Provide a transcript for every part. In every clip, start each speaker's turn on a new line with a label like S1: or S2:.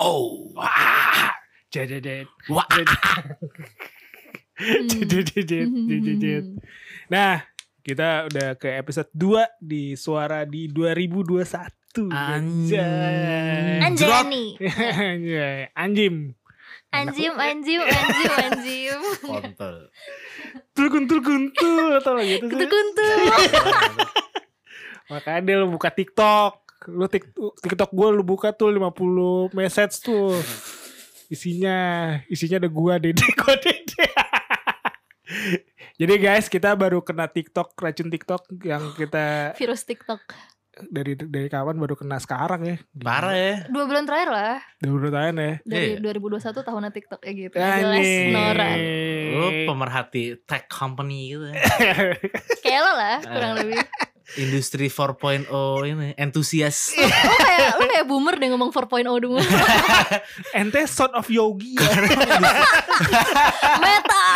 S1: Oh,
S2: Jajajan.
S1: wah.
S3: Mhm,
S2: Jajajan. Nah, kita udah ke episode 2 di Suara di 2021.
S1: Anjay. Jerok.
S3: Anjani.
S2: Anjay. Anjim.
S3: Anjim, anjim, anjim, anjim.
S1: Kontol.
S2: Turkun turkun tuh atau gitu sih.
S3: Kuntu-kuntu.
S2: Makanya dia lu buka TikTok. Lu tik- TikTok gue lu buka tuh 50 message tuh. Isinya isinya ada gua Dede gua Dede. Jadi guys, kita baru kena TikTok, racun TikTok yang kita
S3: Virus TikTok.
S2: dari dari kawan baru kena sekarang ya. Gila.
S1: Parah ya.
S3: Dua bulan terakhir lah.
S2: Dari menurut Ayan ya.
S3: Dari
S1: Iya.
S3: 2021 tahunan TikTok ya gitu. Jelas
S2: Anjing.
S3: norak.
S1: Lu pemerhati tech company gitu ya.
S3: Kayak lo lah kurang lebih.
S1: Industri 4.0 ini entusias.
S3: Lo kayak, lo kayak boomer deh ngomong 4.0 dulu.
S2: Ente son of Yogi. ya.
S3: Metal.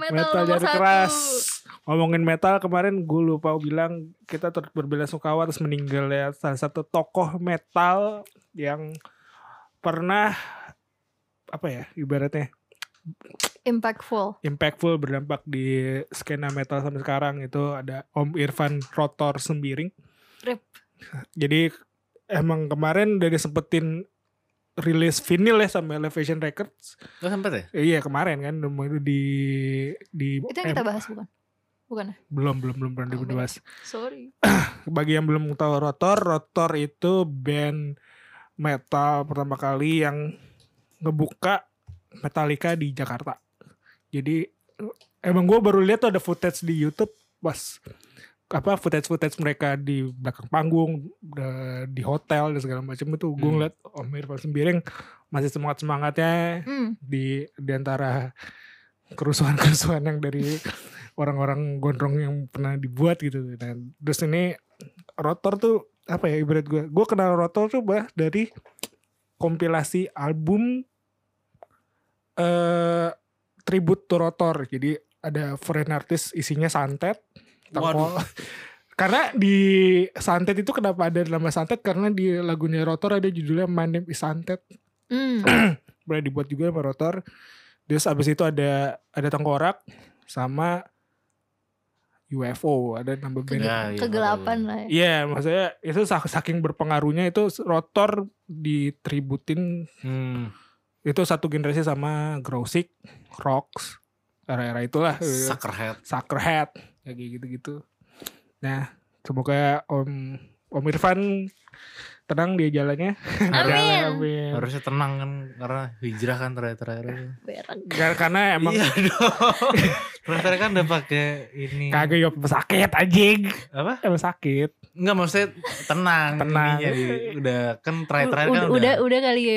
S3: Metal,
S2: metal
S3: nomor
S2: dari
S3: satu.
S2: keras. Ngomongin metal kemarin gue lupa bilang kita turut berbelasungkawa atas meninggalnya salah satu tokoh metal yang pernah apa ya ibaratnya
S3: Impactful.
S2: impactful berdampak di skena metal sampai sekarang itu ada Om Irfan Rotor Sembiring.
S3: Rip.
S2: Jadi emang kemarin udah disempetin rilis vinyl ya sama Elevation Records.
S1: Lu sempet ya?
S2: Eh, Iya kemarin kan di di eh,
S3: Itu yang kita bahas bukan? Bukan. ya?
S2: belum belum belum pernah
S3: Oh, beda.
S2: dibahas.
S3: Sorry.
S2: Bagi yang belum tahu Rotor, Rotor itu band metal pertama kali yang ngebuka Metallica di Jakarta. Jadi emang gue baru lihat tuh ada footage di YouTube pas apa footage footage mereka di belakang panggung da- di hotel dan segala macam itu gue
S1: Hmm.
S2: ngeliat "Oh, Om Irfan Sembiring masih semangat semangatnya
S3: Hmm.
S2: di di antara kerusuhan-kerusuhan yang dari orang-orang gondrong yang pernah dibuat gitu. Dan terus ini Rotor tuh apa ya ibarat gue? Gue kenal Rotor tuh bah dari kompilasi album eh tribute to Rotor. Jadi ada foreign artist isinya santet.
S1: Waduh.
S2: Tengkol. Karena di Santet itu kenapa ada nama Santet karena di lagunya Rotor ada judulnya My Name is Santet
S3: Hmm.
S1: Oh,
S2: pernah dibuat juga sama rotor. Terus abis itu ada ada tengkorak sama UFO ada nambah
S3: Ke-
S2: band.
S1: Ya, iya,
S3: kegelapan
S1: betul.
S3: lah. ya.
S2: Iya, maksudnya itu sak- saking berpengaruhnya itu rotor ditributin
S1: Hmm.
S2: itu satu generasi sama Grosik, Rocks, era-era itulah.
S1: Suckerhead.
S2: Suckerhead ya kayak gitu-gitu. Nah, semoga Om Om Irfan tenang dia jalannya.
S3: Amin.
S2: Amin.
S1: Harusnya tenang kan karena hijrah kan terakhir-terakhir. itu.
S3: Berak.
S2: Gar- Karena emang
S1: Iya dong. terakhir kan udah pakai ini.
S2: Kagak yuk sakit anjing.
S1: Apa?
S2: Emang sakit.
S1: Enggak maksudnya tenang.
S2: Tenang.
S1: ininya, di- udah kan terakhir-terakhir kan
S3: Udah, udah, udah kali ya.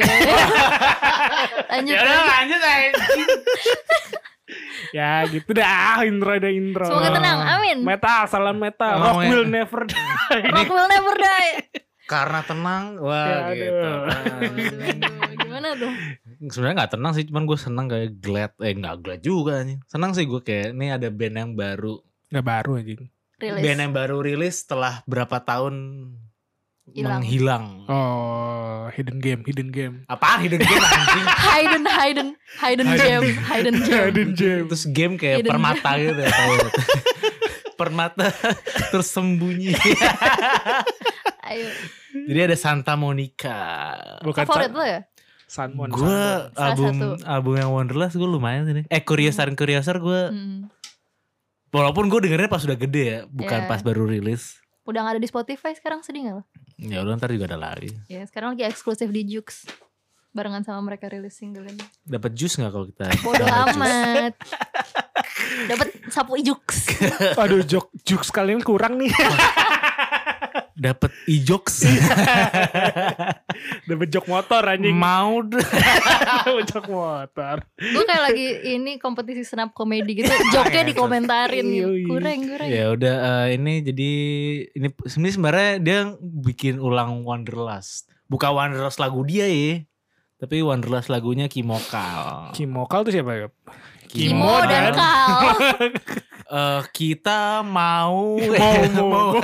S3: Lanjut.
S1: Ya udah
S3: lanjut.
S1: lanjut aja.
S2: Ya gitu dah intro ada intro.
S3: Semoga tenang. Amin.
S2: Metal, salam metal. Rock
S1: Oh, ya.
S2: will never die.
S3: Rock will never die.
S1: Karena tenang,
S2: Ya,
S1: wah
S2: aduh.
S1: gitu.
S3: Aduh, aduh, Gimana tuh?
S1: Sebenarnya nggak tenang sih, cuman gue seneng kayak glad, eh nggak glad juga nih. Seneng sih gue kayak ini ada band yang baru,
S2: Gak baru anjing.
S3: Rilis.
S1: band yang baru rilis setelah berapa tahun
S3: Hilang.
S1: menghilang.
S2: Oh, hidden game, hidden game.
S1: Apaan hidden game anjing?
S3: Hayden, Hayden, Hayden
S1: Hayden.
S3: Jam, Hayden Jam.
S2: hidden game.
S1: Terus game kayak
S3: Hidden
S1: permata gitu ya. tahu. permata tersembunyi.
S3: Ayo.
S1: Jadi ada Santa Monica.
S2: Bukan
S3: Favorit lo ya?
S2: Sanmon.
S1: gue
S3: Salah
S1: album
S3: satu.
S1: album yang Wonderlust gue lumayan sih nih. Eh Curiouser Curiouser gue
S3: Hmm.
S1: walaupun gue dengernya pas udah gede ya, bukan
S3: Iya.
S1: pas baru rilis.
S3: Udah gak ada di Spotify sekarang sedih gak lo?
S1: Ya udah ntar juga ada lagi.
S3: Ya sekarang lagi eksklusif di Jux. Barengan sama mereka rilis single ini.
S1: Dapat jus nggak kalau kita?
S3: Bodoh
S1: download jus?
S3: amat. Dapat sapu Jux.
S2: Aduh, jok jok kalian kurang nih.
S1: Dapat ijoks.
S2: Dapat jok motor Iya, anjing.
S1: Mau deh.
S2: jok motor.
S3: Gue kayak lagi ini kompetisi senap komedi gitu. Joknya dikomentarin. gitu.
S2: Yoi.
S3: Kurang, kurang.
S1: Ya udah eh, ini jadi ini sebenarnya sebenarnya dia bikin ulang Wonderlust. Bukan Wonderlust lagu dia ya. Tapi Wonderlust lagunya Kimokal.
S2: Kimokal tuh siapa ya?
S3: Kimo dan Kal.
S1: eh, kita
S2: Mau,
S1: mau
S2: Iya, mau.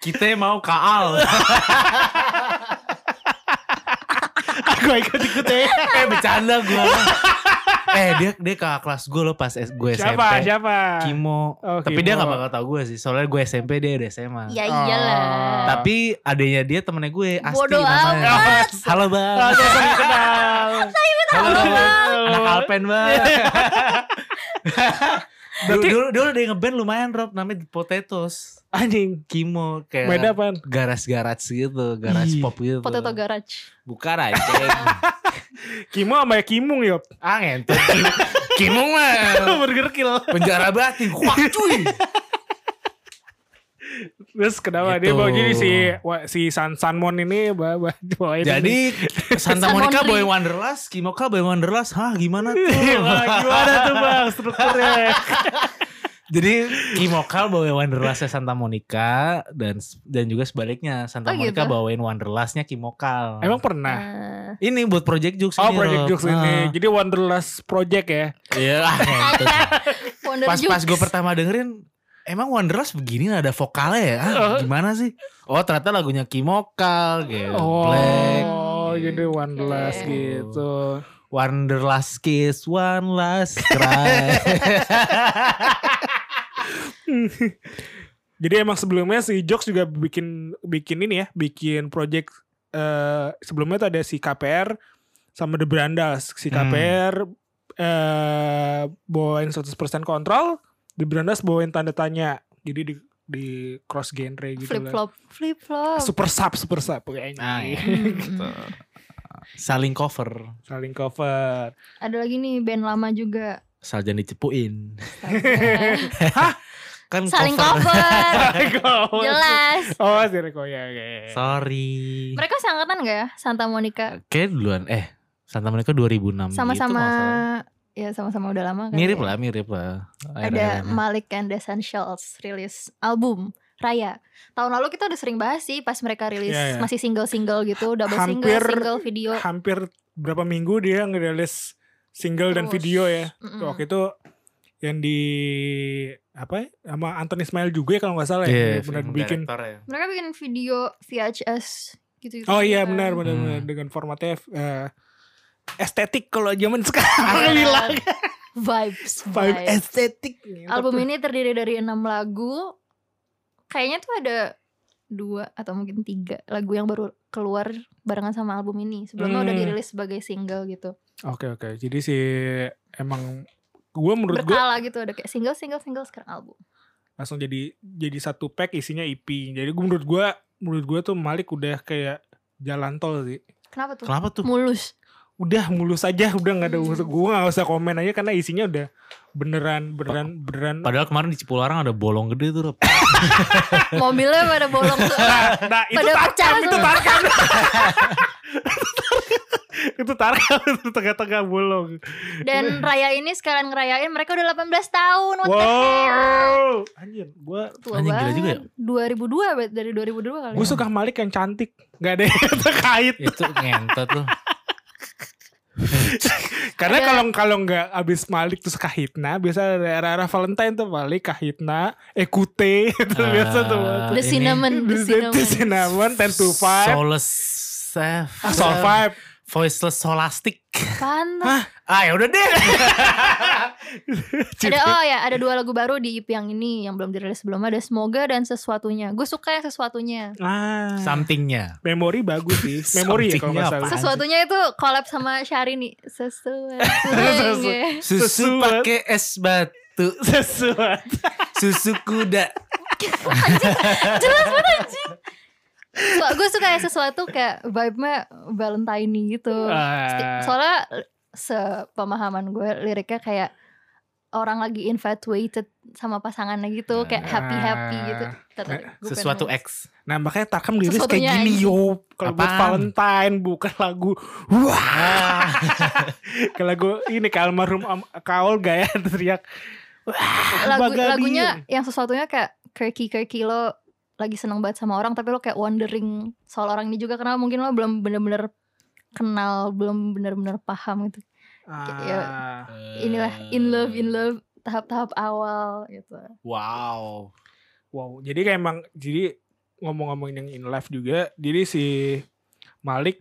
S1: kita mau kaal
S2: Aku ikut-ikut ya.
S1: eh bercanda gue eh dia dia kakak kelas gue loh pas S- gue SMP
S2: Siapa? Siapa?
S1: Kimo
S2: Oh,
S1: tapi
S2: Kimo.
S1: dia nggak bakal tau gue sih soalnya gue SMP dia udah SMA
S3: Ya
S1: Ah.
S3: iyalah.
S2: Oh.
S1: tapi adanya dia temennya gue Asti
S3: Bodoh
S1: namanya
S3: amat.
S1: halo bang
S2: Halo, saling kenal.
S1: halo,
S3: Halo, Bang.
S1: anak Alpen bang dulu,
S2: Iya. Berarti-
S1: dulu, dulu ada yang ngeband lumayan Rob namanya The Potatoes
S2: Anjing.
S1: Kimo kayak
S2: Beda apaan?
S1: garas-garas gitu garas
S2: Ih.
S1: pop gitu
S3: Potato Garage.
S1: bukan anjing
S2: Kimo sama Kimung yop.
S1: ah ngentut Kim- Kimung mah
S2: Burger kill.
S1: penjara batin wah cuy
S2: Terus kenapa dia
S1: Gitu.
S2: bawa jadi si wa- si San Sanmon ini bawa bawa- bawa ini.
S1: Jadi Santa
S3: San
S1: Monica
S3: Only.
S1: Boy Wanderlust, Kimoka Boy Wanderlust, hah gimana tuh?
S2: Wah, gimana tuh bang strukturnya?
S1: Jadi Kimoka bawain Wanderlustnya Santa Monica dan dan juga sebaliknya Santa
S3: Oh,
S1: Monica
S3: gitu.
S1: bawain Wanderlustnya Kimokal.
S2: Emang pernah?
S3: Nah.
S1: ini buat Project Jokes
S2: Oh
S1: ini.
S2: Project
S1: Iya, Rob.
S2: Jokes ini. Jadi Wanderlust Project ya.
S1: Ah, Iya. ah, entut.
S3: Wonder
S1: pas pas
S3: Jukes.
S1: gue pertama dengerin Emang Wanderlust begini ada vokalnya ya? Ah,
S2: Oh.
S1: gimana sih? Oh ternyata lagunya Kimokal, gitu.
S2: Oh,
S1: Black,
S2: jadi Wanderlust
S1: Oke.
S2: gitu.
S1: Wanderlust Kiss, One Last Cry.
S2: Jadi emang sebelumnya si Jokes juga bikin bikin ini ya, bikin project eh sebelumnya tuh ada si KPR sama The Brandas. Si
S1: Hmm.
S2: KPR eh bawain 100% kontrol, The Brandas bawain tanda tanya. Jadi di di cross genre gitu
S3: flip
S2: lah.
S3: flop, flip flop.
S2: Super sub, super sub kayaknya.
S1: Ah, iya.
S3: Hmm.
S1: Saling cover.
S2: Saling cover.
S3: Ada lagi nih band lama juga.
S1: Sarjan dicepuin.
S2: Hmm,
S1: Kan
S3: Saling
S1: cover.
S3: cover. Jelas.
S2: oh, si Riko ya. ya, ya.
S1: Sorry.
S3: Mereka seangkatan gak ya Santa
S2: Hmm, gitu,
S3: Monica?
S1: Kayak duluan eh Santa Monica 2006 gitu,
S3: Sama-sama
S1: kalau nggak salah.
S3: ya sama-sama udah lama kan.
S1: mirip
S3: ya.
S1: lah, mirip lah.
S3: Ada
S1: Akhir-akhirnya.
S3: Malik and the Essentials rilis album Raya. Tahun lalu kita udah sering bahas sih pas mereka rilis
S2: Iya, iya.
S3: masih single-single gitu, double
S2: Hampir-
S3: single, single video.
S2: Hampir berapa minggu dia ngerilis single dan
S3: Terus.
S2: video ya.
S3: Mm-mm.
S2: Waktu itu yang di apa ya, sama Anthony Ismail juga ya kalau nggak salah ya
S1: Iya,
S2: benar
S1: film
S2: bikin
S1: director ya.
S3: Mereka bikin video VHS gitu-gitu.
S2: oh iya
S3: kan.
S2: benar benar
S1: Hmm.
S2: benar. dengan formatnya eh, estetik kalau zaman
S3: Iya.
S2: sekarang bilang
S3: Vibes,
S2: vibe
S3: vibes.
S2: estetik
S3: Album ini terdiri dari enam lagu. Kayaknya tuh ada dua atau mungkin tiga lagu yang baru keluar barengan sama album ini. Sebelumnya udah
S2: Hmm.
S3: dirilis sebagai single gitu.
S2: oke oke jadi si emang gue menurut gue
S3: Berkala gitu ada kayak single, single, single sekarang album.
S2: langsung jadi jadi satu pack isinya EP jadi gue menurut gue menurut gue tuh Malik udah kayak jalan tol sih
S3: Kenapa tuh?
S1: Kenapa tuh?
S3: Mulus.
S2: udah mulus aja udah nggak ada
S3: Hmm.
S2: usah gue nggak usah komen aja karena isinya udah beneran beneran beneran
S1: Padahal kemarin di Cipularang ada bolong gede tuh. Rob.
S3: Mobilnya pada bolong tuh.
S2: nah itu
S3: Pada pecah
S2: tarkam itu
S3: tuh.
S2: tarkam itu tarkam itu tengah-tengah bolong
S3: Dan Raya ini sekalian ngerayain mereka udah 18 tahun. What the hell?
S2: wow anjir gue
S3: Tua
S1: Anjing, gila
S3: banget.
S1: juga ya?
S3: 2002 berarti dari 2002 kali.
S2: gue
S3: ya.
S2: suka Malik yang cantik nggak ada yang terkait
S1: Itu ngentot tuh.
S2: karena
S3: Ada-
S2: kalau kalau nggak abis Malik terus kahitna biasa ada era-era Valentine tuh Malik kahitna ekute itu
S1: Ah,
S2: biasa tuh
S1: ini.
S3: The cinnamon, the
S2: Cinnamon.
S3: cinnamon.
S2: Cinnamon, 10 Nah, to Ah, 5
S1: Soulless eh,
S2: Soul 5
S1: Voiceless Solastic.
S3: Pantes.
S1: Ah, ya udah deh.
S3: Ada oh ya, ada dua lagu baru di EP yang ini yang belum dirilis sebelumnya ada Semoga dan Sesuatunya. Gue suka yang sesuatunya.
S2: ah.
S1: Somethingnya.
S2: memori bagus sih memori ya kalau nggak salah
S1: Somethingnya
S3: Sesuatunya itu collab sama Syahrini. Sesuatunya.
S2: Sesu-
S3: Nge.
S1: Susu
S2: Sesuatu.
S1: pakai es batu,
S2: sesuatu
S1: susu kuda.
S3: Jelas banget anjing. So, gue suka yang sesuatu kayak vibe-nya Valentine gitu. Sti-
S2: Ah.
S3: Soalnya sepemahaman gue liriknya kayak orang lagi infatuated sama pasangannya gitu kayak happy happy
S2: Ah.
S3: gitu. Ntar, gue pengen
S1: Sesuatu
S3: nyanyi.
S1: X.
S2: Nah makanya Takam rilis kayak
S3: Sesuatunya
S2: gini
S3: anjing.
S2: yo Kalau buat
S1: Apaan?
S2: Valentine bukan lagu Wah
S1: Ah,
S2: Kayak lagu ini kayak almarhum Am- Kaol gak ya teriak Wah
S3: lagu
S2: Bagadian.
S3: lagunya yang sesuatunya kayak kerki kerki lo lagi seneng banget sama orang tapi lo kayak wondering soal orang ini juga karena mungkin lo belum bener-bener kenal belum bener-bener paham gitu
S2: Ah. Eh.
S3: ya, inilah in love in love tahap-tahap awal gitu.
S1: Wow.
S2: Wow, jadi kayak emang jadi ngomong-ngomongin yang in live juga, jadi si Malik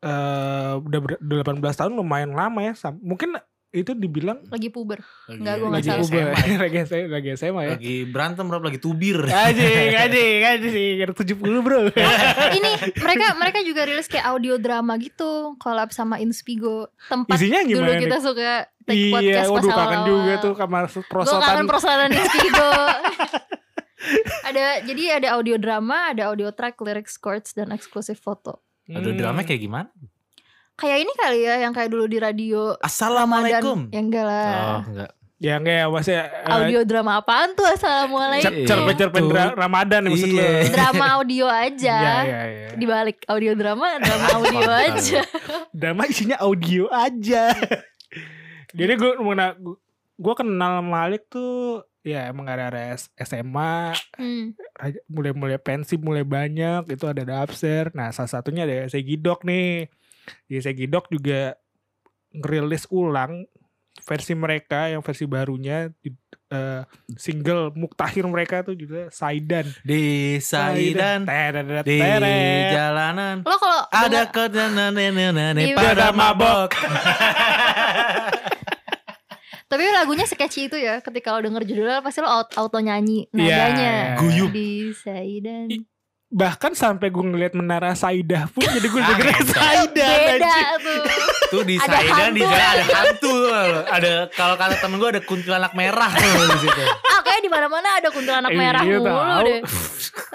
S2: eh udah ber- udah 18 tahun lumayan lama ya. Sam- Mungkin itu dibilang
S3: Lagi puber.
S1: Lagi,
S3: Enggak, gua nggak
S2: lagi
S3: salah.
S2: Uber,
S1: SMA.
S2: lagi SMA, lagi SMA ya.
S1: Lagi berantem Rob, lagi tubir.
S2: Anjing, anjing, anjing, Kira 70 bro.
S3: Ini mereka mereka juga rilis kayak audio drama gitu, collab sama Inspigo. Tempat
S2: Isinya
S3: dulu
S2: gimana
S3: kita
S2: nih?
S3: suka take
S2: Iya,
S3: podcast pas
S2: waduh kangen
S3: awal-awal.
S2: juga tuh kamar
S3: Gue kangen
S2: prosotan.
S3: prosotan Inspigo. ada jadi ada audio drama, ada audio track, lyrics, chords dan eksklusif foto.
S2: Hmm.
S1: Aduh
S3: Hmm.
S1: drama kayak gimana?
S3: Kayak ini kali ya yang kayak dulu di radio
S1: Assalamualaikum.
S3: Ramadan. Ya enggak lah.
S1: Oh enggak.
S2: Ya kayak maksudnya eh,
S3: Audio drama apaan tuh?
S2: cer-
S1: Iya.
S3: Assalamualaikum.
S2: cerpen-cerpen
S1: Tuh.
S2: dra- Ramadan ya, maksud lu.
S1: Iya.
S3: drama audio
S2: Iya,
S3: aja.
S2: iya, iya.
S3: Dibalik audio drama, drama audio
S1: Mantap.
S3: aja.
S2: drama isinya audio aja. Jadi gue mengena gue kenal Malik tuh ya emang gara-gara S- SMA
S3: Hmm.
S2: raja- mulai-mulai pensi mulai banyak itu ada Dapser. Nah, salah satunya ada Segidok nih. Di Segidok juga ngerilis ulang versi mereka yang versi barunya di- eh, single Muktahir mereka tuh juga Saidan.
S1: Di Saidan
S2: Teret,
S1: di
S2: teret.
S1: jalanan
S3: Lo kalau
S1: ada
S3: denger-
S1: ketenanananane
S3: Di-
S1: pada mabok.
S3: tapi lagunya sketchy itu ya. Ketika lo denger judulnya pasti lo auto, auto nyanyi
S2: Iya,
S3: nadanya.
S2: iya.
S1: Guyup.
S3: Di Saidan.
S2: I- bahkan sampai gue ngeliat menara Saidah pun jadi gue
S1: Ah,
S2: denger
S1: kacau.
S2: Saidah
S3: Beda
S2: anjing.
S3: tuh.
S1: Tuh di
S3: Ada
S1: Saidan di
S3: hantu.
S1: sana ada hantu. Ada kalau kata temen gue ada kuntilanak merah tuh di situ.
S3: Ah kayak di mana-mana ada kuntilanak
S2: Iya,
S3: merah
S2: iya,
S3: mulu
S2: tahu.
S3: deh.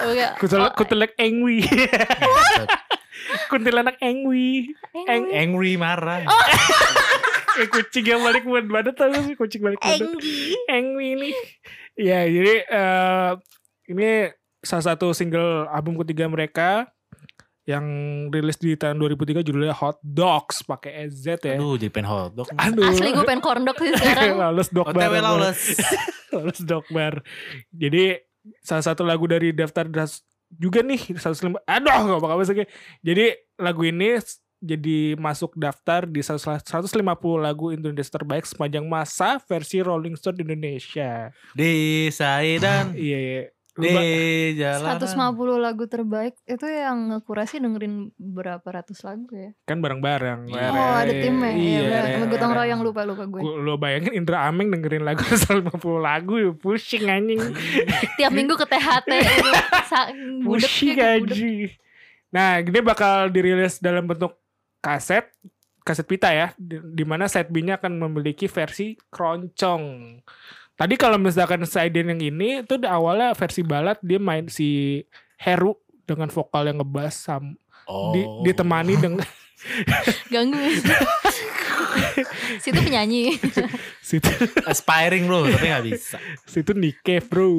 S3: Oke.
S2: Kuntilanak,
S3: Oh,
S2: kuntilanak engwi kuntilanak engwi
S3: Eng-
S1: Angry marah.
S3: Oh.
S2: eh, kucing yang balik buat badan tau gak sih kucing balik badan
S3: Enggi.
S2: engwi nih ya jadi eh, ini salah satu single album ketiga mereka yang rilis di tahun 2003 judulnya Hot Dogs pakai EZ ya
S1: Aduh jadi pengen hotdog.
S2: aduh
S3: Asli gue pengen korndok sih sekarang.
S2: Lawless dog
S1: OTW
S2: bareng.
S1: lawless.
S2: Lawless Dog Bar. Jadi salah satu lagu dari daftar das juga nih 105. Aduh, gak bakal bisa kayak. Jadi lagu ini s- jadi masuk daftar di 100 150 lagu Indonesia terbaik sepanjang masa versi Rolling Stone di Indonesia.
S1: Di Saidan
S2: Iya, iya. Lu
S1: di
S2: ba-
S1: jalanan.
S3: 150 lagu terbaik itu yang ngekurasi dengerin berapa ratus lagu ya?
S2: kan bareng-bareng. bareng.
S1: Iya.
S3: Oh ada timnya
S2: Iya,
S3: ya,
S2: bareng,
S3: sama gotong
S2: bareng.
S3: royong lupa lupa gue.
S2: Gua- Lo bayangin Indra Ameng dengerin lagu 150 lagu ya pusing anjing.
S3: Tiap minggu ke THT, itu, saking eh, budek
S2: Pusing
S3: ya, budek.
S2: gaji. Nah, ini bakal dirilis dalam bentuk kaset, kaset pita ya, di, di mana set B-nya akan memiliki versi keroncong. Tadi kalau misalkan Saiden yang ini itu di awalnya versi balad dia main si Heru dengan vokal yang ngebass sam,
S1: Oh.
S2: di- ditemani dengan
S3: Ganggu. Situ penyanyi.
S2: situ
S1: aspiring bro tapi nggak bisa.
S2: situ Nike bro.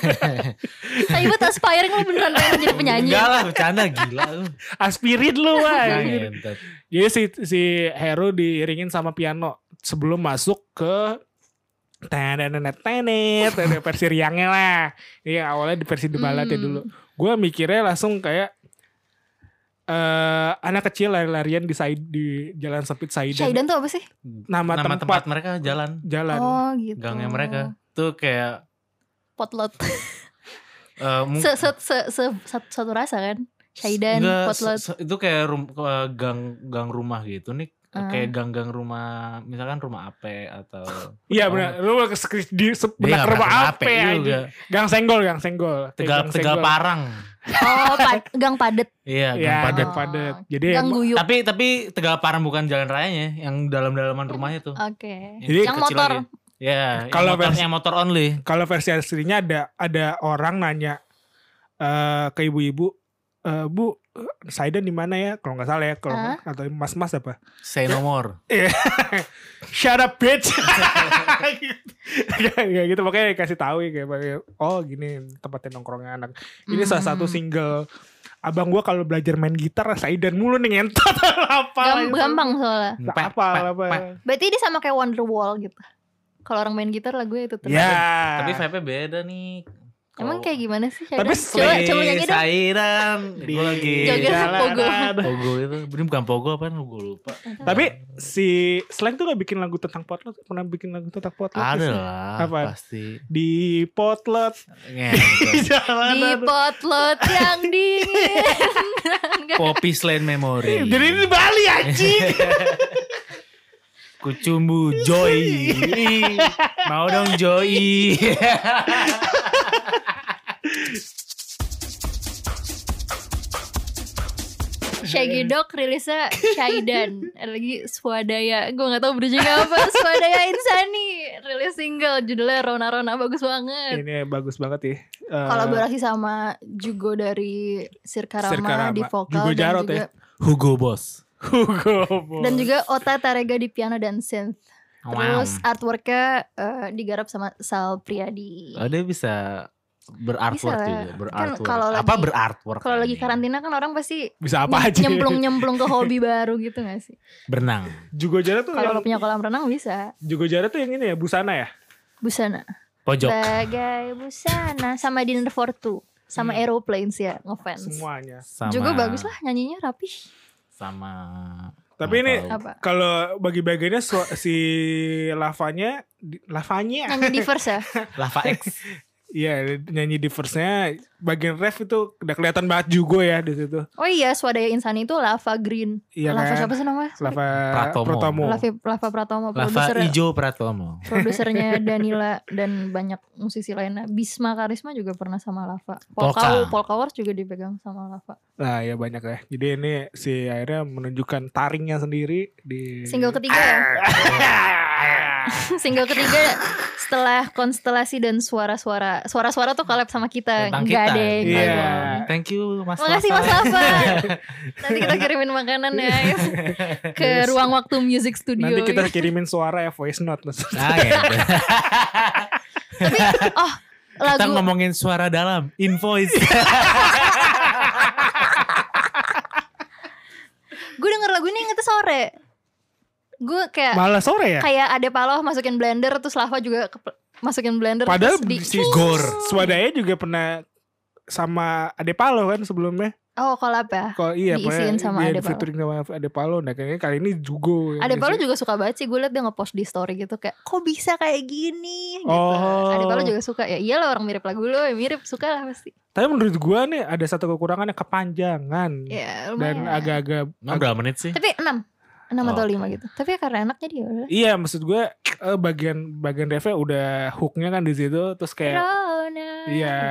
S3: Tapi buat aspiring lo beneran pengen jadi penyanyi.
S1: Enggak lah bercanda gila lu.
S2: Aspirin lu wah.
S1: Ngentot.
S2: Jadi si si Hero diiringin sama piano sebelum masuk ke tenenet tenet versi riangnya lah. Ini yang awalnya di versi debalat ya
S3: Hmm.
S2: dulu. Gue mikirnya langsung kayak eh anak kecil lari-larian di Said- di jalan sempit Saidan.
S3: Syaidan tuh apa sih?
S2: Nama,
S1: Nama
S2: tempat,
S1: tempat mereka jalan
S2: jalan.
S3: Oh gitu.
S1: gangnya mereka. Tuh kayak
S3: Potlot.
S1: eh, mung-
S3: Se, se, se, se- satu, satu rasa kan? Syaidan,
S1: Nggak,
S3: potlot.
S1: se- se- itu kayak rum- eh, gang gang rumah gitu nih.
S3: Ah.
S1: Kayak gang-gang rumah misalkan rumah Ape atau
S2: Iya benar. Lu ke skris- di se-
S1: Dia
S2: benak
S1: nggak pernah
S2: rumah
S1: Ape
S2: apa ya?
S1: juga.
S2: Gang senggol, gang senggol. Kayak
S1: Tegal
S2: gang
S1: Tegal
S2: senggol.
S1: Parang.
S3: Oh, pa- gang padet.
S1: Iya, gang
S2: Iya,
S1: padat.
S2: gang padat. Jadi
S3: Gang
S2: emang-
S3: guyup. Oke.
S1: Tapi tapi Tegal Parang bukan jalan rayanya, yang dalam-dalaman rumahnya tuh.
S2: Jadi
S3: Yang
S1: kecil
S3: motor.
S1: lagi. Ya,
S2: Kalau
S1: kalau motornya motor only.
S2: kalau versi aslinya ada ada orang nanya eh ke ibu-ibu eh bu Saidan di mana ya kalau nggak salah ya kalau
S3: Hah?
S2: atau mas-mas apa
S1: Say no more.
S2: shut up bitch Kayak- kayak gitu makanya kasih tahu ya kayak pakai, oh gini tempatnya nongkrongnya anak ini salah satu
S3: Hmm.
S2: single abang gua kalau belajar main gitar Saidan mulu nih ngentot apa
S3: Gam- gampang soalnya.
S2: apa
S1: Pek,
S2: apa,
S1: pek,
S2: apa.
S1: pek.
S3: Berarti dia sama kayak Wonderwall gitu. Kalau orang main gitar lagunya itu terus.
S2: ya
S1: Tapi vibe-nya beda nih.
S3: Emang kayak gimana sih?
S2: Oh. Tapi
S3: Syahdan? coba
S1: Wih,
S3: coba nyanyi dong.
S1: Sairan Gue lagi
S3: Joget Pogo.
S1: Pogo itu Ini bukan Pogo apa Gue lupa
S2: Tapi si Slang tuh gak bikin lagu tentang potlot, pernah bikin lagu tentang potlot gak
S1: Ada
S2: sih?
S1: lah
S2: Apa?
S1: Pasti
S2: Di potlot di
S1: Ngentot.
S3: Di
S2: jalanan.
S3: potlot yang dingin.
S1: Poppy Slane Memory
S2: Jadi ini di Bali anjing.
S1: Kucumbu Joy Mau dong Joy
S3: Shaggy Dog rilisnya Shaidan Ada lagi Swadaya Gue gak tau berjudulnya apa Swadaya Insani Rilis single Judulnya Rona Rona Bagus banget
S2: ini bagus banget ya. Eh,
S3: Kolaborasi sama Jugo dari Sirkarama,
S2: Sirka Rama.
S3: di vokal
S2: Jugo
S3: dan
S2: Jarot
S3: juga,
S2: ya.
S1: Hugo Boss
S2: Hugo Boss.
S3: Dan juga Ota Tarega di piano dan synth Terus artworknya eh, digarap sama Sal Priadi
S1: Oh, dia bisa berartwork
S3: Bisa lah. Kan
S1: juga, berartwork.
S3: kalau
S1: apa
S3: lagi-
S1: berartwork?
S3: Kalau lagi
S1: anjing?
S3: karantina kan orang pasti
S2: bisa apa aja.
S3: Nyemplung-nyemplung ke hobi baru gitu gak sih
S1: Berenang.
S2: Jugo Jara tuh
S3: Kalau
S2: yang,
S3: lo punya kolam renang bisa
S2: Jugo Jara tuh yang ini ya, busana ya.
S3: Busana
S1: Pojok.
S3: Bagai busana sama dinner for two sama
S2: Hmm.
S3: aeroplanes ya ngefans.
S2: Semuanya.
S1: Sama,
S3: Juga bagus lah nyanyinya rapi.
S1: Sama.
S2: Tapi
S1: nggak
S2: ini
S1: tahu.
S3: Apa?
S2: kalau bagi bagiannya su- si lavanya di- lavanya
S3: Nyanyi diverse ya.
S1: Lava X.
S2: iya nyanyi di verse-nya bagian ref itu udah kelihatan banget Jugo ya di situ.
S3: Oh iya, swadaya insani itu lava green.
S2: Iya
S3: lava
S2: kan?
S3: siapa sih namanya?
S2: Lava
S1: Pratomo.
S2: Pratomo.
S3: Lava, lava Pratomo
S1: Lava
S3: produser
S1: Ijo Pratomo.
S3: produsernya Danila dan banyak musisi lainnya. Bisma Karisma juga pernah sama Lava.
S1: Polka.
S3: Polka Polka Wars juga dipegang sama Lava.
S2: Nah ya banyak ya. Jadi ini si akhirnya menunjukkan taringnya sendiri di
S3: Single ketiga ya. Single ketiga ya. setelah konstelasi dan suara-suara. Suara-suara tuh collab sama kita.
S1: Tentang
S3: Eh, Enggak
S1: kita.
S3: deh.
S2: Iya.
S1: Thank you Mas
S3: Makasih Mas
S1: Lava.
S3: Lava. Nanti kita kirimin makanan ya ke ruang waktu music studio.
S2: Nanti kita kirimin suara ya voice note.
S1: Nah, gitu. Kita
S3: lagu
S1: ngomongin suara dalam Invoice
S3: gue denger lagu ini ingetnya sore. Gue kayak
S2: Malah sore ya.
S3: kayak ada paloh masukin blender terus Lava juga ke- masukin blender
S2: Padahal
S3: terus di
S2: si Gor Swadaya juga pernah sama Ade Palo kan sebelumnya.
S3: Oh, collab ya.
S2: Kalau iya pernah
S3: Diisiin sama
S2: dia
S3: Ade Palo.
S2: featuring sama Ade Palo. Nah, kayaknya kali ini Jugo. yang
S3: Ada Palo
S2: ngisi.
S3: juga suka banget sih gue liat dia ngepost di story gitu kayak kok bisa kayak gini gitu.
S2: Oh.
S3: Ada Palo juga suka ya. Iyalah orang mirip lagu lo, ya mirip suka lah pasti.
S2: Tapi menurut gua nih ada satu kekurangannya kepanjangan.
S3: Ya,
S2: Dan
S3: lumayan.
S2: agak-agak
S1: Emang Nah, berapa menit sih?
S3: tapi 6 6 atau
S1: Oh,
S3: 5
S1: oke.
S3: gitu. Tapi ya karena enak jadi ya udah.
S2: Iya, maksud gue eh, bagian bagian refnya udah hooknya kan di situ, terus kayak
S3: Corona.
S2: iya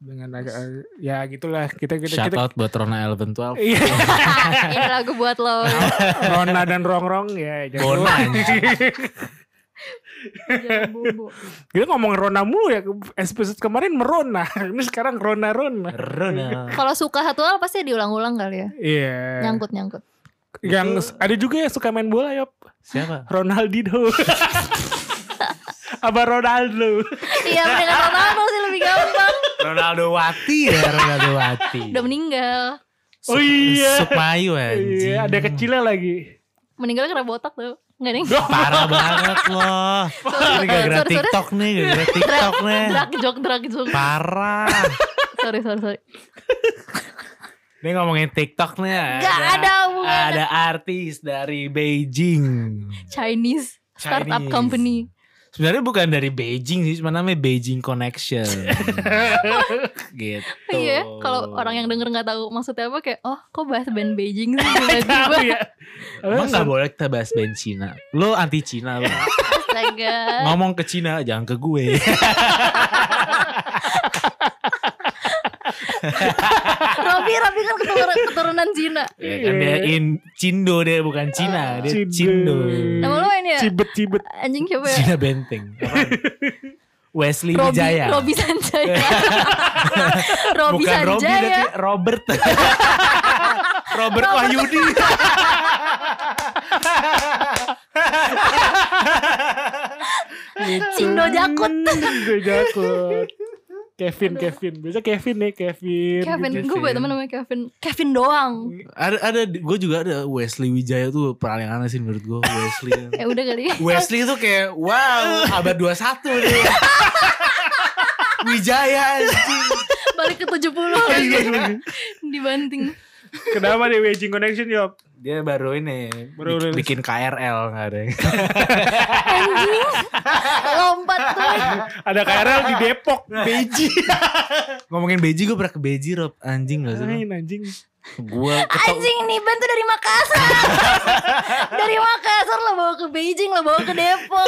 S2: dengan agak ya gitulah kita kita
S1: Shout
S2: kita
S1: out buat Rona Eleven 12
S2: iya
S3: Ini lagu buat lo.
S2: Rona dan Rongrong ya jangan
S1: Bona
S2: lupa.
S1: anjing.
S2: kita ngomong Rona mulu ya episode kemarin merona ini sekarang Rona Rona
S1: Rona
S3: Kalau suka satu hal pasti diulang-ulang kali ya.
S2: iya
S3: Nyangkut nyangkut.
S2: yang
S1: Itu-
S2: ada juga yang suka main bola ya
S1: Siapa?
S2: Ronaldinho apa Ronaldo
S3: Iya benar Ronaldo sih lebih gampang.
S1: Ronaldo Wati ya Ronaldo Wati
S3: Udah meninggal.
S2: Oh iya.
S1: Supayu anjing
S2: iya ada kecilnya lagi
S3: Meninggal karena botak tuh. Enggak nih.
S1: Parah banget loh. Ini gara-gara
S3: Sorry, sorry.
S1: TikTok nih, gara-gara TikTok nih.
S3: Drag jok drag jok.
S1: Parah.
S3: Sorry sorry sorry.
S1: Ini ngomongin TikTok nih. ya.
S3: Gak ada hubungan.
S1: Ada artis dari Beijing.
S3: Chinese
S1: Chinese.
S3: startup company.
S1: Sebenarnya bukan dari Beijing sih, cuma namanya Beijing Connection. gitu.
S3: Iya, kalau orang yang denger nggak tahu maksudnya apa kayak oh kok bahas band Beijing sih
S2: tahu
S3: tiba-tiba.
S2: ya
S1: Emang gak boleh kita bahas band Cina. Lo anti Cina lo.
S3: Eh. Astaga.
S1: Ngomong ke Cina, jangan ke gue.
S3: Robi Robi kan keturunan, keturunan Cina.
S1: ya
S2: Iya.
S1: kan dia in- Cindo dia bukan
S2: Ah,
S1: Cina, dia Cindo.
S3: Nama lo ini ya?
S2: Cibet cibet.
S3: Anjing siapa ya?
S1: Cina Benteng. Apaan? Wesley
S3: Robi,
S1: Wijaya.
S3: Robi Sanjaya. Robi
S1: Bukan Robi
S3: Sanjaya.
S1: tapi Robert. Robert Wahyudi.
S3: Cindo Jakut.
S2: Gue Hmm, jakut. Kevin Kevin. Biasa Kevin nih Kevin. Gitu.
S3: Kevin,
S1: Kevin.
S3: gue punya teman namanya Kevin. Kevin doang.
S1: ada ada gue juga ada Wesley Wijaya tuh paling aneh sih menurut gue Wesley. kan.
S3: Ya udah kali.
S1: Wesley tuh kayak wow abad 21 nih. Wijaya anjing.
S3: Balik ke 70
S2: Iya,
S3: kan dibanting.
S2: Kenapa di Beijing Connection Yop?
S1: Dia baru ini
S2: Baru
S1: bik-
S2: rilis.
S1: bikin KRL nggak ada. yang-
S3: Anjing. Lompat tuh.
S2: Ada KRL di Depok, Beijing.
S1: Ngomongin Beji gue pernah ke Beji Rob anjing gak sih? lu?
S2: Lain anjing.
S1: Gue ketemu
S3: Anjing nih Ben tuh dari Makassar. dari Makassar lo bawa ke Beijing, lo bawa ke Depok.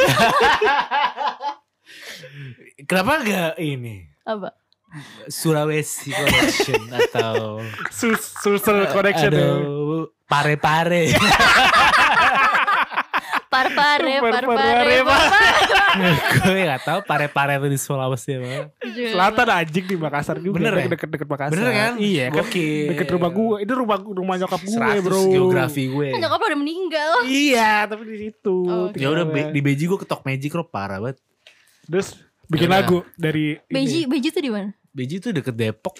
S1: kenapa gak ini
S3: Apa?
S1: Sulawesi Connection atau
S2: Sus Susel Connection.
S1: Aduh,
S2: ya.
S1: pare-pare.
S3: Parpare,
S2: Parpare,
S3: parpare, parpare.
S1: gue gak tahu pare-pare itu di Sulawesi apa.
S2: Selatan anjing di Makassar juga.
S1: Bener ya?
S2: Deket-deket Makassar.
S1: Bener kan?
S2: Iya kan.
S1: Gokil.
S2: Deket rumah gue. Itu rumah rumah nyokap gue,
S1: 100
S2: Bro.
S1: geografi gue.
S3: Kan nyokap lo udah meninggal.
S2: Iya, tapi di situ.
S3: Oh,
S1: Ya
S2: tinggalnya.
S1: udah Be- di Beji gue ketok magic rob parah banget.
S2: Terus bikin
S1: Yaudah.
S2: lagu dari ini.
S3: Beji, Beji tuh di mana?
S1: Beji itu deket Depok,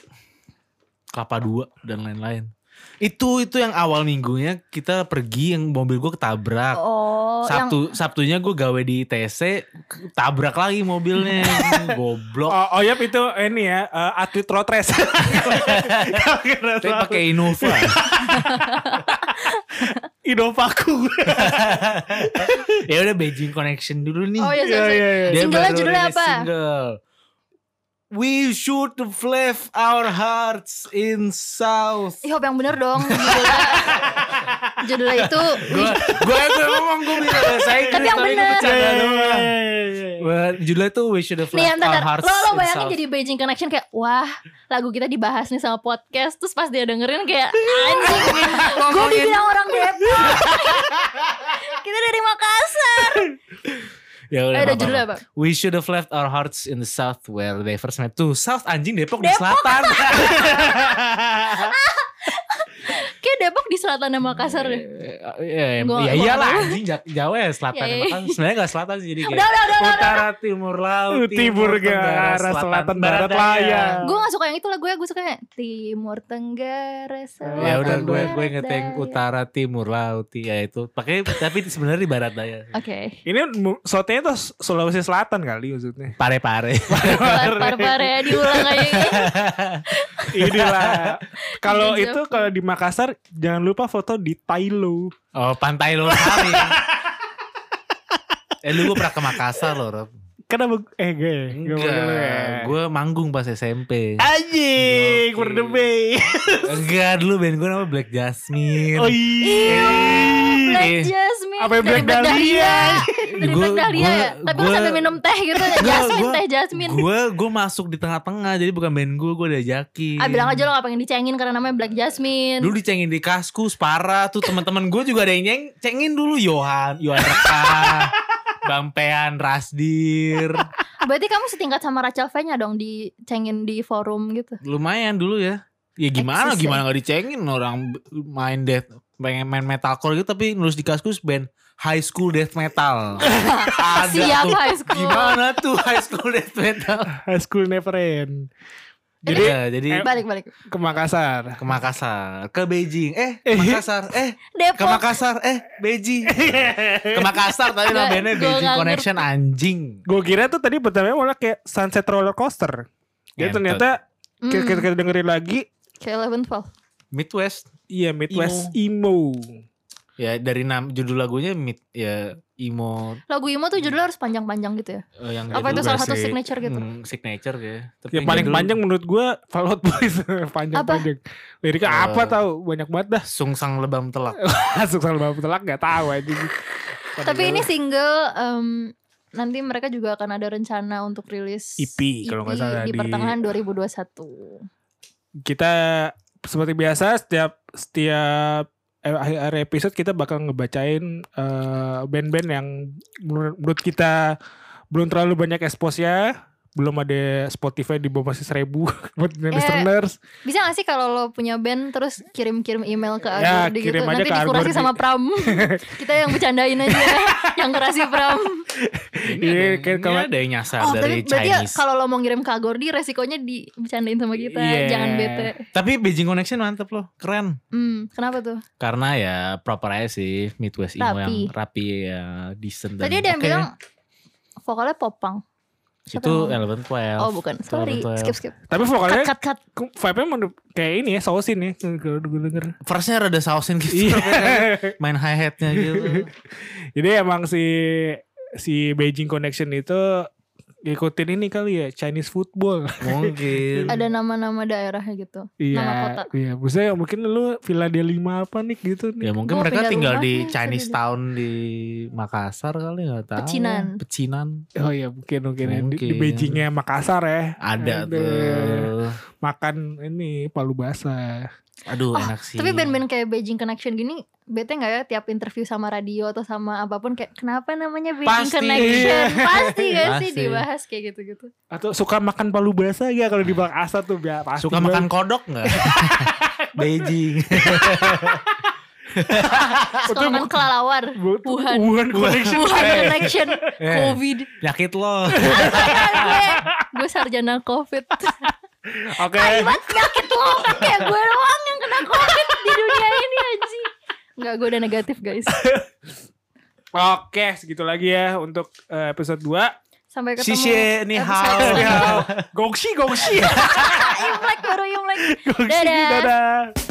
S1: Kelapa Dua dan lain-lain. Itu itu yang awal minggunya kita pergi yang mobil gue
S2: Ah,
S1: ketabrak.
S3: Oh, yang
S1: Sabtu Sabtunya gue gawe di TC ke- tabrak lagi mobilnya goblok.
S2: Oh, oh Yap, itu ini ya eh, atlet road race.
S1: Tapi pakai Innova.
S2: Indovaku.
S1: ya udah Beijing Connection dulu nih.
S3: Oh, iya, sorry, sorry.
S1: Dia
S3: Singlenya
S1: baru
S3: judulnya
S1: rilis
S3: apa?
S1: Single. We should flap our hearts in south.
S3: Ih, Hop, yang bener dong judulnya. judulnya itu
S1: Gue gue gue ngomong gue bisa bahasa Inggris
S3: Kan yang
S1: tapi gue
S3: bener.
S2: Iya,
S1: bercanda doang. Well, judulnya tuh We Should Have
S3: Nih yang
S1: Left Our
S3: bentar
S1: Hearts
S3: Lo, lo
S1: in
S3: bayangin
S1: South.
S3: jadi Beijing Connection kayak Wah lagu kita dibahas nih sama podcast Terus pas dia dengerin kayak Anjing Gue dibilang orang Depok Kita dari Makassar
S1: Ya udah, nggak
S3: Eh ada
S1: apa-apa.
S3: judulnya apa?
S1: We should have left our hearts in the south where they first met. Tuh, south anjing Depok, di
S3: Depok.
S1: selatan.
S3: Kayak Depok di selatan dan Makassar deh
S1: Iya,
S3: Gua-
S1: iya
S3: gua-
S1: iyalah anjing Ja- Jawa ya selatan.
S3: Iya,
S1: ya
S3: iya.
S1: Makanya sebenarnya gak selatan sih jadi
S3: Udah
S1: kayak
S3: udah udah udah, udah.
S1: utara, timur, laut,
S2: Timur ke arah selatan, barat, ya. iya. layar.
S3: Gue gak suka yang itu lagu ya Gue suka yang Timur Tenggara Selatan
S1: Ya udah gue
S3: Barat,
S1: gue inget yang
S3: Daya.
S1: utara, timur, laut, ya itu. Pakai tapi sebenarnya di barat daya.
S3: Oke
S2: Ini mu- shotnya tuh Sulawesi Selatan kali maksudnya.
S1: Pare-pare.
S3: Parpare ya diulang
S1: Iya.
S3: aja
S2: Inilah. Kalau
S3: Iya,
S2: itu kalau di Makassar jangan lupa foto di Tailo.
S1: Oh, pantai Losari. eh lu gue pernah ke Makassar loh, Rob.
S2: Kenapa eh gue gue
S1: Enggak, gue manggung pas SMP.
S2: ya. Anjing,
S1: Oke.
S2: for the bay.
S1: Enggak, dulu band gue nama Black Jasmine.
S2: Oh iya.
S3: Black
S1: Eh,
S3: Jasmine
S2: Apa yang
S3: dari
S2: Black Dahlia?
S3: Dari
S1: Gua-
S3: Black Dahlia
S1: gua-
S3: ya Tapi lu
S1: gua-
S3: sambil minum teh gitu ya Jasmine teh Jasmine
S1: Gue gue masuk di tengah-tengah jadi bukan band gue, gue diajakin.
S3: Ah bilang aja lo gak pengen dicengin karena namanya Black Jasmine
S1: Dulu dicengin di kaskus parah tuh teman-teman gue juga ada yang nyeng, cengin dulu Yohan, Yohan Reka, Bang Pean, Rasdir.
S3: Ah, Berarti kamu setingkat sama Rachel V nya dong dicengin di forum gitu
S1: Lumayan dulu ya. Ya gimana
S3: Eksis ya.
S1: gimana gak dicengin orang main death pengen main metalcore gitu tapi nulis di kaskus band high school death metal. ada
S3: Siap
S1: tuh.
S3: high school
S1: Gimana tuh high school death metal?
S2: High school never end.
S1: Jadi ya,
S2: Jadi eh,
S1: jadi
S3: Balik balik
S2: ke Makassar.
S1: ke Makassar, ke Beijing, eh ke Makassar, eh ke
S3: Depok
S1: Makassar, eh Beijing, ke Makassar tadi
S3: Gua-
S1: namanya
S3: gua
S1: Beijing
S3: nggak
S1: Connection anjing.
S2: Gue kira tuh tadi pertamanya malah kayak sunset roller coaster. Ya
S1: Ngentot.
S2: ternyata
S3: Hmm,
S2: kita kita dengerin lagi,
S3: Ke Eleven Fall
S1: Midwest,
S2: iya Midwest emo.
S1: ya dari nam judul lagunya Mid, ya emo
S3: Lagu Imo tuh judulnya harus panjang-panjang gitu ya
S1: eh, yang judul
S3: Apa itu salah
S1: versi-
S3: satu signature gitu?
S1: Hmm, signature ya. Tapi
S2: Yang paling
S1: judul
S2: panjang menurut gue Fall Out Boys panjang-panjang. Liriknya
S1: Eh.
S2: apa tahu banyak banget dah.
S1: Sungsang lebam telak.
S3: Oh,
S2: Masuk sama telak gak tahu aja.
S3: Tapi ini single em, Nanti mereka juga akan ada rencana untuk rilis
S2: EP, kalau nggak
S3: EP
S2: salah,
S3: Di
S2: di-
S3: pertengahan 2021
S2: kita seperti biasa setiap setiap eh, akhir akhir episode kita bakal ngebacain eh, band-band yang menur- menurut kita belum terlalu banyak exposure belum ada Spotify di bawah masih seribu buat
S3: Eh,
S2: listeners
S3: Bisa gak sih kalau lo punya band terus kirim-kirim email ke
S2: Ya,
S3: Agordi gitu
S2: kirim aja
S3: Nanti
S2: ke
S3: dikurasi
S2: Agordi.
S3: sama Pram Kita yang bercandain aja Yang kurasi Pram
S1: Ini
S2: Iya,
S1: ada,
S2: kayak
S1: ini
S2: kemarin-
S1: ada yang nyasar
S3: Oh
S1: Nah, dari
S3: tapi berarti ya
S1: Chinese.
S3: kalau lo mau ngirim ke Agordi Resikonya dibercandain sama kita
S2: Iya.
S3: Jangan bete
S1: Tapi Beijing Connection mantep loh, keren.
S3: hmm, Kenapa tuh?
S1: Karena ya proper aja sih Midwest emo
S3: Rapi.
S1: yang rapi ya decent dan
S3: Tadi ada yang
S1: oke.
S3: bilang Vokalnya popang Siapa
S1: Itu
S3: yang
S1: Eleven Twelve.
S3: Oh bukan,
S1: Eleven
S3: sorry.
S1: Twelve.
S3: Skip skip.
S2: Tapi
S3: Cut
S2: vokalnya
S3: cut cut.
S2: ke- vibe-nya menurut- kayak ini ya, sausin ya. Kalau gue denger.
S1: Firstnya rada sausin gitu. Main hi hatnya gitu.
S2: Jadi emang si si Beijing Connection itu ngikutin ini kali ya Chinese football.
S1: Mungkin.
S3: Ada nama-nama daerahnya gitu. Nama kota.
S2: Iya, iya. Maksudnya mungkin lu Villa 5 apa nih gitu nih.
S1: Ya mungkin
S3: Gua
S1: mereka
S3: pindah
S1: tinggal
S3: rumah
S1: di
S3: nih,
S1: Chinese
S3: sebenarnya.
S1: Town di Makassar kali nggak tahu.
S3: Pecinan.
S1: Pecinan.
S2: Oh iya mungkin mungkin, ya. Di, di
S1: Mungkin.
S2: Beijingnya Makassar ya.
S1: Ada
S2: Ada.
S1: tuh.
S2: Makan ini palu basah.
S1: Aduh
S3: Oh,
S1: enak sih.
S3: Tapi band-band kayak Beijing Connection gini, bete nggak ya tiap interview sama radio atau sama apapun kayak kenapa namanya Beijing
S1: Pasti.
S3: Connection? Pasti gak sih
S1: Pasti.
S3: dibahas kayak gitu-gitu.
S2: Atau suka makan palu basah ya kalau di Makassar tuh biar pasti
S1: Suka
S2: banget.
S1: makan kodok nggak? Beijing.
S3: Suka makan kelelawar.
S2: Bu-
S3: Wuhan.
S2: Wuhan Connection.
S3: Wuhan Connection
S1: Eh,
S3: COVID.
S1: Penyakit lo.
S3: gue sarjana COVID.
S2: Oke.
S3: Tai banget penyakit lo. Kayak gue doang yang kena COVID di dunia ini anjing. Enggak, gue udah negatif guys.
S2: Oke, segitu lagi ya untuk eh, episode 2.
S3: Sampai ketemu.
S1: Shishe, ni hao.
S3: episode selanjutnya.
S2: Gongsi, gongsi.
S3: Imlek baru Imlek.
S2: Gongsi,
S3: Dadah.
S2: dadah.